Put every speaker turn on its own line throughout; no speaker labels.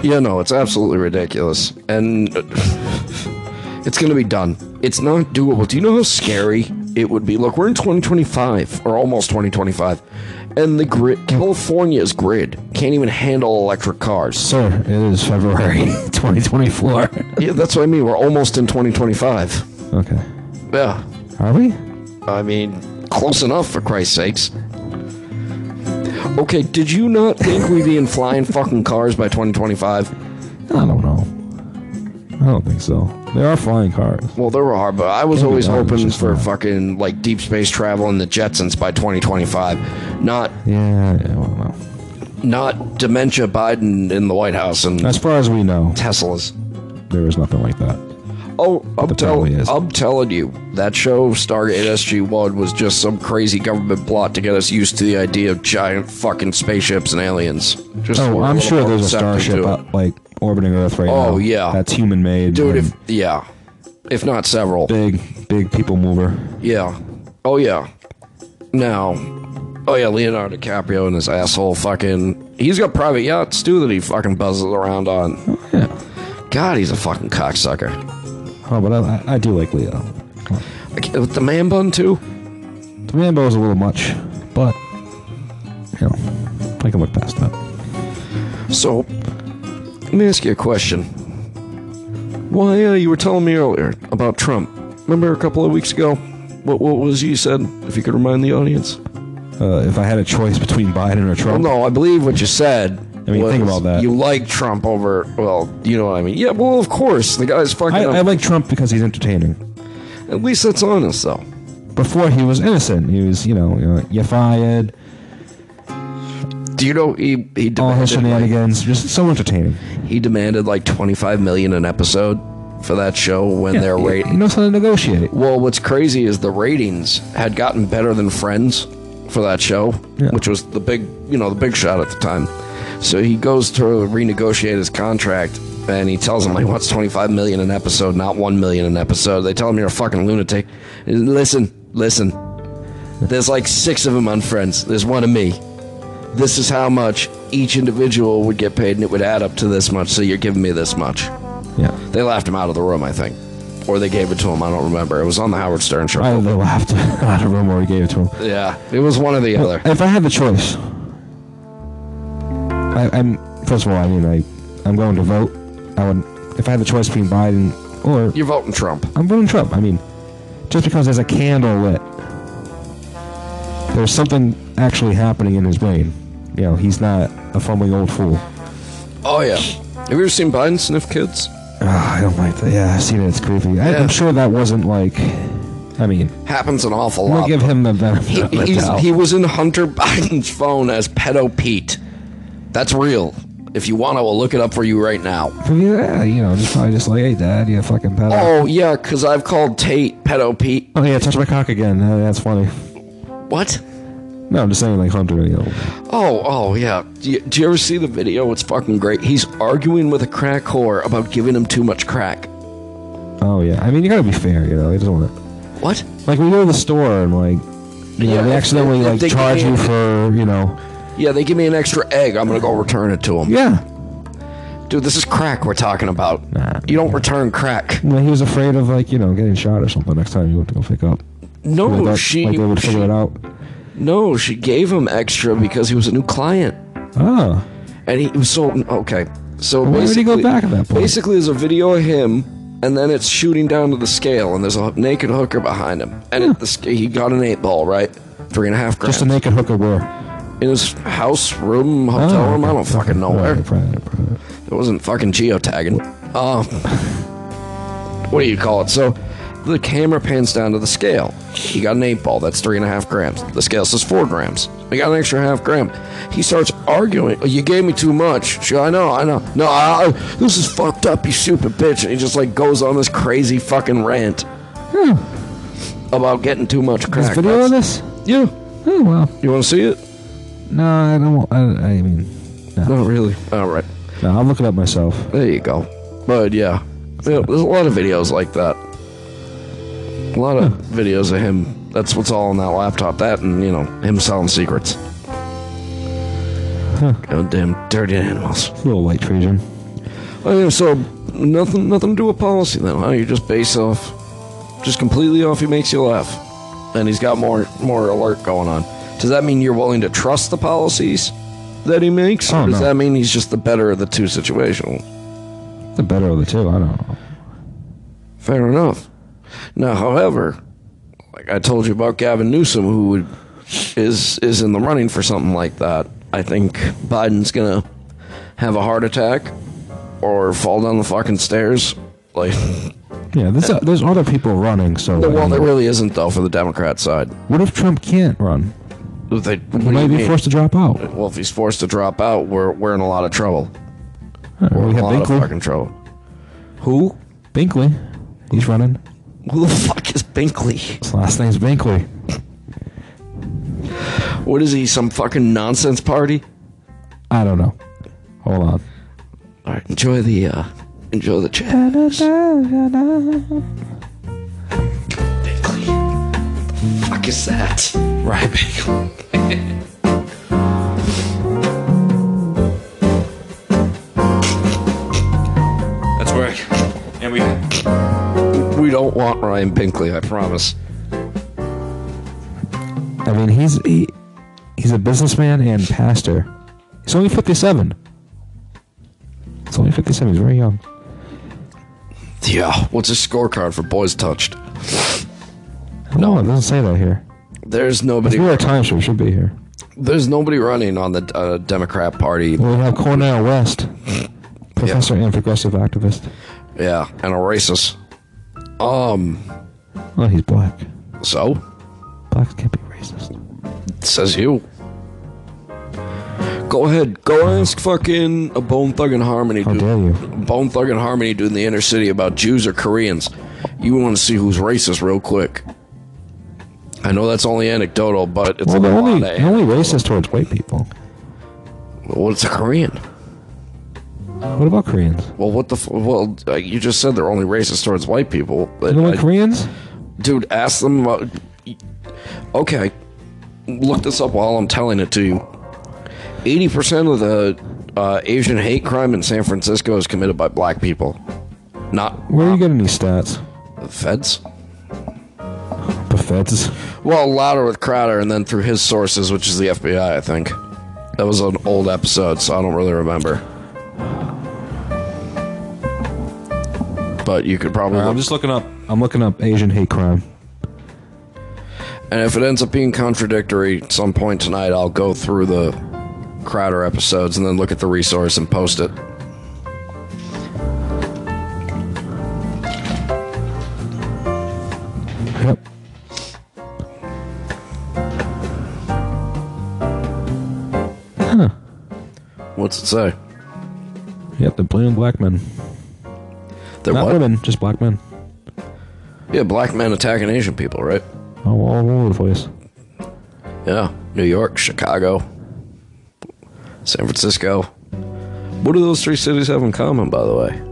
Yeah, no, it's absolutely ridiculous. And uh, it's going to be done. It's not doable. Do you know how scary it would be? Look, we're in 2025 or almost 2025, and the grid, California's grid, can't even handle electric cars.
Sir, it is February 2024.
Yeah, that's what I mean. We're almost in 2025.
okay.
Yeah,
Are we?
I mean, close enough for Christ's sakes. Okay, did you not think we'd be in flying fucking cars by 2025?
I don't know. I don't think so. There are flying cars.
Well, there were, but I was
Can't be
always
done, it's
hoping
just
for
not-
fucking like deep space travel and the Jetsons by 2025, not
Yeah, yeah, well, no.
not dementia Biden in the White House and
As far as we know,
Teslas.
there is nothing like that.
Oh, I'm, tell-
probably is.
I'm telling you, that show Stargate SG-1 was just some crazy government plot to get us used to the idea of giant fucking spaceships and aliens. Just so
Oh,
we're
I'm
little
sure
more
there's a
receptive
starship
to it.
out, like orbiting Earth right now.
Oh, yeah.
that's human made.
Dude, if yeah, if not several,
big, big people mover.
yeah. Oh yeah. Now, oh yeah, Leonardo DiCaprio and his asshole fucking. He's got private yachts too that he fucking buzzes around on.
Yeah.
God, he's a fucking cocksucker.
Oh, but I, I do like Leo.
I can't- With the man bun too.
The Rambo is a little much, but you know, I can look past that.
So, let me ask you a question. Why uh, you were telling me earlier about Trump? Remember a couple of weeks ago? What what was you said? If you could remind the audience.
Uh, if I had a choice between Biden or
Well,
Trump,
no, I believe what you said.
I mean, think
was
about that.
You like Trump over? Well, you know what I mean. Yeah. Well, of course, the guy's fucking.
I,
up.
I like Trump because he's entertaining.
At least that's honest, though.
Before he was innocent, he was you know you know, you fired
Do you know he he
all his
demanded like,
shenanigans, just so entertaining.
he demanded like twenty five million an episode for that show when their
Yeah,
rate
he knows how to negotiate.
Well, what's crazy is the ratings had gotten better than Friends for that show,
Yeah.
which was the big, you know, the big shot at the time. So he goes to renegotiate his contract, and he tells him he wants 25 million an episode, not 1 million an episode. They tell him you're a fucking lunatic. He says, Listen, listen. There's like six of them on Friends. There's one of me. This is how much each individual would get paid, and it would add up to this much. So you're giving me this much.
Yeah,
They laughed him out of the room, I think. Or they gave it to him. I don't remember. It was on the Howard Stern show.
I they laughed out of room where he gave it to him.
yeah, it was one or the other.
If I had the choice, I, I'm first of all, I mean, I I'm going to vote. I would if I had the choice between Biden or
You're voting Trump.
I'm voting Trump. I mean, just because there's a candle lit, there's something actually happening in his brain. You know, he's not a fumbling old fool.
Oh, yeah. Have you ever seen Biden sniff kids?
Ah, I don't like that. Yeah, I've seen it. It's creepy. I,
Yeah.
I'm sure that wasn't like. I mean,
Happens an awful
we'll
lot.
give him the benefit
He,
of the
he's-
doubt.
he was in Hunter Biden's phone as Pedo Pete. That's real. If you want, I will look it up for you right now.
yeah, you know, just probably just like, hey, dad, you fucking pedo.
Oh, yeah, because I've called Tate Pedo Pete.
Oh yeah, touch my cock again. Uh, that's funny.
What?
No, I'm just saying like Hunter. You know.
Oh, oh, yeah. Do you, do you ever see the video? It's fucking great. He's arguing with a crack whore about giving him too much crack.
Oh yeah. I mean, you gotta be fair. You know, he doesn't want to.
What?
Like we go to the store and like, you know,
Yeah,
they
if-
accidentally
if
like
they
charge you
can't-
for you know.
Yeah, they give me an extra egg. I'm gonna go return it to him.
Yeah.
Dude, this is crack we're talking about.
Nah.
You don't return crack.
Well, he was afraid of like you know getting shot or something next time you went to go pick up.
No,
Like, that-
she,
like they would
she-
figure it out.
No, she gave him extra because he was a new client,
Ah,
and he was so okay. So
why would he
basically,
go back at that point?
basically, there's a video of him, and then it's shooting down to the scale, and there's a naked hooker behind him, and it, the, sc- he got an eight ball, right? Three and a half grams
just a naked hooker where.
in his house, room, hotel
Oh,
room. I don't fucking know where. It wasn't fucking geotagging. Um, what do you call it? So the camera pans down to the scale. He got an eight ball. That's three and a half grams. The scale says four grams. We got an extra half gram. He starts arguing. "Oh, You gave me too much. She, I know. I know. No, I, I- this is fucked up. You stupid bitch. And he just like goes on this crazy fucking rant about getting too much
Hmm, There's
crack.
video of
That's-
this?
Yeah.
Oh well.
You want to see it?
No, I don't. want- I, I mean, no.
Not really. All right.
no. I'll look it up myself.
There you go. But yeah, Yeah, there's a lot of videos like that. A lot of videos of him. That's what's all on that laptop. That and you know him selling secrets. Goddamn dirty animals.
Little white Trajan.
Oh, yeah, so nothing, nothing to do with policy then, huh? You're just based off, just completely off. He makes you laugh, and he's got more, more alert going on. Does that mean you're willing to trust the policies that he makes,
Oh,
or does
no.
that mean he's just the better of the two situations?
The better of the two, I don't know.
Fair enough. Now, however, like I told you about Gavin Newsom, who would, is is in the running for something like that. I think Biden's gonna have a heart attack or fall down the fucking stairs. Like,
Yeah, there's, uh, there's other people running, so. I
well,
mean,
there really isn't though for the Democrat side.
what if Trump can't run?
They what do
He
you
might be
mean?
forced to drop out.
Well, if he's forced to drop out, we're we're in a lot of trouble.
we
a
have
lot of
Binkley.
fucking trouble. Who?
Binkley. He's running.
Who the fuck is Binkley?
His last name's Binkley.
What is he? Some fucking nonsense party?
I don't know. Hold on.
All right, enjoy the uh, enjoy the chat. Binkley. The fuck is that? Right, Binkley.
That's work. And we
We don't want Ryan Binkley. I promise.
I mean, he's he, he's a businessman and pastor. He's only 57. He's only 57. He's very young.
Yeah. What's his scorecard for boys touched?
No, it doesn't say that here.
There's
It's
nobody.
New York Times, so it should be here.
There's nobody running on the uh, Democrat Party.
Well, we have Cornell West, professor and progressive activist.
Yeah, and a racist. Um.
Oh, he's black.
So
Blacks can't be racist.
says you. Go ahead. Go ask fucking a Bone Thug and Harmony
How
dude.
dare you?
Bone Thug and Harmony dude in the inner city about Jews or Koreans. You want to see who's racist real quick. I know that's only anecdotal, but it's
Well,
a
they're
lot
only,
of
they're only racist towards white people.
Well, it's a Korean.
What about Koreans?
Well, what the? F- well, uh, you just said they're only racist towards white people. but
You know
I-
what, Koreans?
dude, ask them about. Okay, look this up while I'm telling it to you. Eighty percent of the uh, Asian hate crime in San Francisco is committed by black people, not
Where are you getting these stats?
the feds.
The feds.
Well, louder with Crowder, and then through his sources, which is the FBI, I think. That was an old episode, so I don't really remember. But you could probably
I'm
look
just looking up. I'm looking up Asian hate crime.
And if it ends up being contradictory at some point tonight, I'll go through the Crowder episodes and then look at the resource and post it.
Yep.
What's it say?
Yep. They're blaming black men.
They're
Not
what?
women, just black men.
Yeah, black men attacking Asian people, right?
Oh, all over the place.
Yeah. New York, Chicago, San Francisco. What do those three cities have in common, by the way?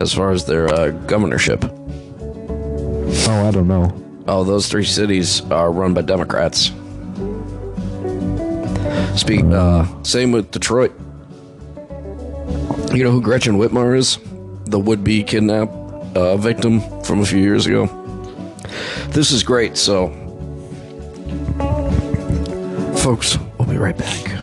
As far as their uh, governorship.
Oh, I don't know.
Oh, those three cities are run by Democrats. Speak. Uh, same with Detroit. You know who Gretchen Whitmer is? The would-be kidnap uh, victim from a few years ago. This is great. So, folks, we'll be right back.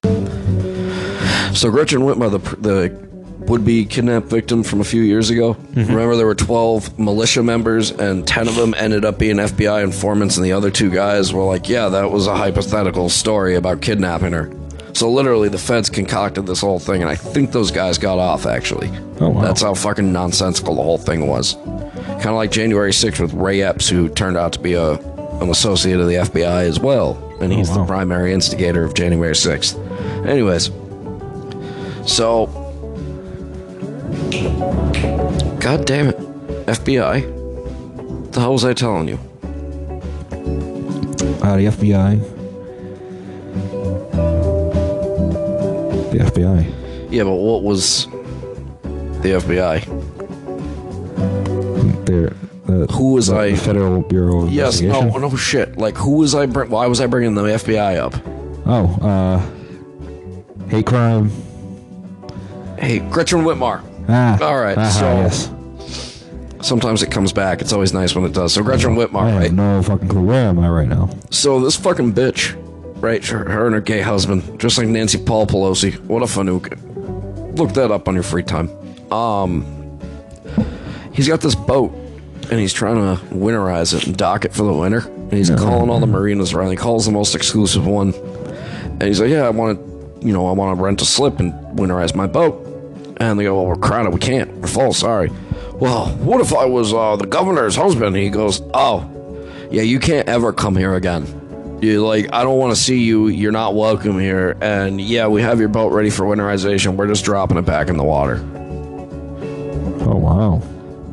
So Gretchen Whitmer, the the would-be kidnap victim from a few years ago.
Mm-hmm.
Remember, there were twelve militia members, and ten of them ended up being FBI informants, and the other two guys were like, "Yeah, that was a hypothetical story about kidnapping her." So literally, the feds concocted this whole thing, and I think those guys got off. Actually,
Oh, wow.
that's how fucking nonsensical the whole thing was. Kind of like January 6th with Ray Epps, who turned out to be a an associate of the FBI as well, and he's
Oh, wow.
the primary instigator of January 6th. Anyways, so, God damn it, FBI. The hell was I telling you?
Uh, the FBI. The FBI.
Yeah, but what was the FBI?
They're, the,
Who was
the,
I-
The Federal Bureau of
Yes, oh, no,
Investigation.
no shit. Like, who was I? Bring, why was I bringing the FBI up?
Oh, uh, hate crime.
Hey, Gretchen Whitmar.
Ah,
All right,
aha,
so-
yes.
Sometimes it comes back. It's always nice when it does. So Gretchen Whitmar,
I have
right?
no fucking clue. Where am I right now?
So this fucking bitch, right? Her, her and her gay husband, just like Nancy Paul Pelosi. What a fanuke. Look that up on your free time. Um, he's got this boat, and he's trying to winterize it and dock it for the winter. And he's calling all the marinas around. He calls the most exclusive one, and he's like, "Yeah, I want to, you know, I want to rent a slip and winterize my boat." And they go, "Well, we're crowded. We can't. We're full. Sorry." Well, what if I was uh, the governor's husband? He goes, "Oh, yeah, you can't ever come here again. You like, I don't want to see you. You're not welcome here. And yeah, we have your boat ready for winterization. We're just dropping it back in the water.
Oh wow.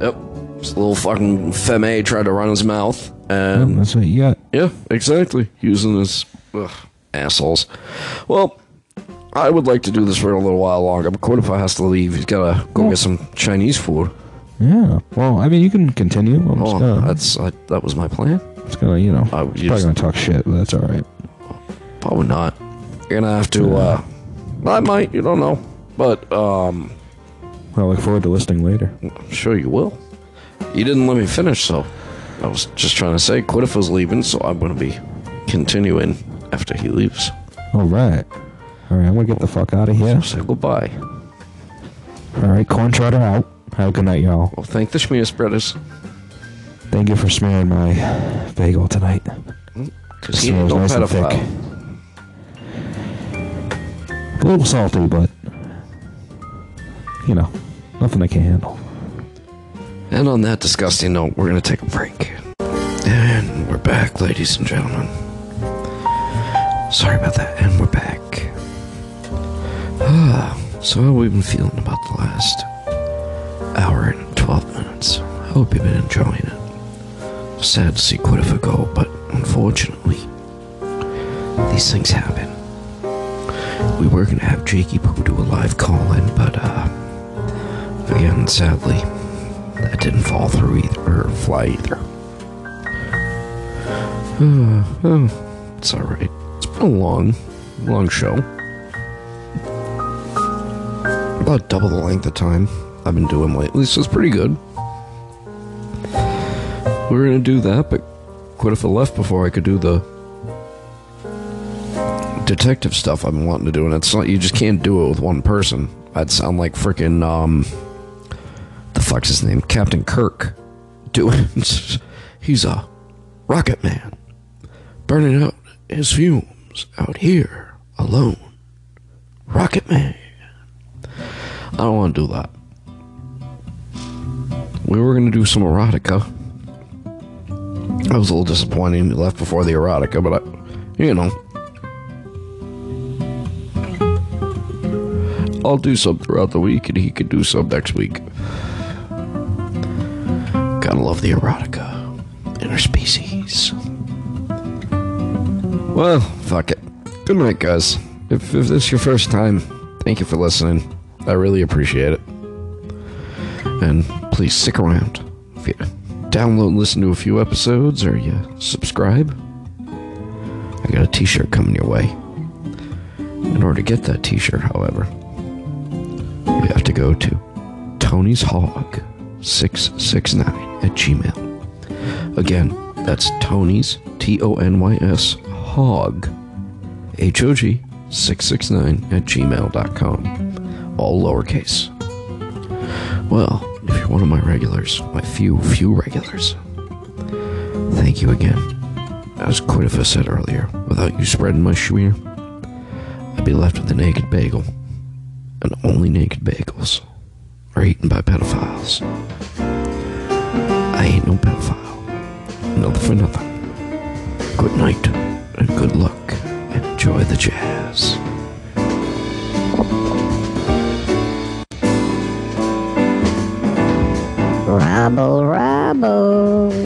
Yep. This little fucking femme tried to run his mouth, and
That's what you got.
yeah, exactly. Using his ugh, assholes. Well, I would like to do this for a little while longer. But Cordova has to leave. He's gotta go get some Chinese food.
Yeah. Well, I mean, you can continue. I'm just
Oh,
gonna,
that's I, that was my plan.
just gonna, you know,
Oh,
just
you
probably
just-
gonna talk shit, but that's all right.
Probably not. You're gonna have to. uh I might. You don't know. But um,
I look forward to listening later.
I'm sure you will. You didn't let me finish, so I was just trying to say Quitifa's leaving, so I'm gonna be continuing after he leaves.
All right. All right. I'm gonna get the fuck out of here.
Say goodbye.
All right. Corn trotter out. Have a good night, y'all.
Well, thank the Schmear spreaders.
Thank you for smearing my bagel tonight.
Because he ain't
Smells
no
nice and
pedophile.
thick. A little salty, but you know, nothing I can't handle.
And on that disgusting note, we're going to take a break. And we're back, ladies and gentlemen. Sorry about that. And we're back. Ah, so how we've been feeling about the last hour and 12 minutes. I hope you've been enjoying it. Sad to see Quidifa go, but unfortunately, these things happen. We were going to have Jakey Poo do a live call in, but, uh, again, sadly, that didn't fall through either or fly either. oh, it's alright. It's been a long, long show. About double the length of time I've been doing lately, so it's pretty good. We were gonna do that, but quit if I left before I could do the detective stuff I've been wanting to do, and it's not you just can't do it with one person. I'd sound like freaking um the fuck's his name? Captain Kirk. Doing. He's a rocket man. Burning out his fumes out here alone. Rocket man. I don't want to do that. We were going to do some erotica. I was a little disappointed he left before the erotica, but I, you know. I'll do some throughout the week and he could do some next week. Gotta love the erotica. Interspecies. Well, fuck it. Good night, guys. If, if this is your first time, thank you for listening. I really appreciate it. And please stick around. If you download and listen to a few episodes or you subscribe, I got a t shirt coming your way. In order to get that t shirt, however, you have to go to Tony's Hog 669 at Gmail. Again, that's Tony's T O N Y S Hog H O G 669 at gmail.com. All lowercase. Well, if you're one of my regulars, my few, few regulars, thank you again. As Quidifa said earlier, without you spreading my schmear, I'd be left with a naked bagel. And only naked bagels are eaten by pedophiles. I ain't no pedophile. Nothing for nothing. Good night and good luck. and Enjoy the jazz.
Rabble, rabble.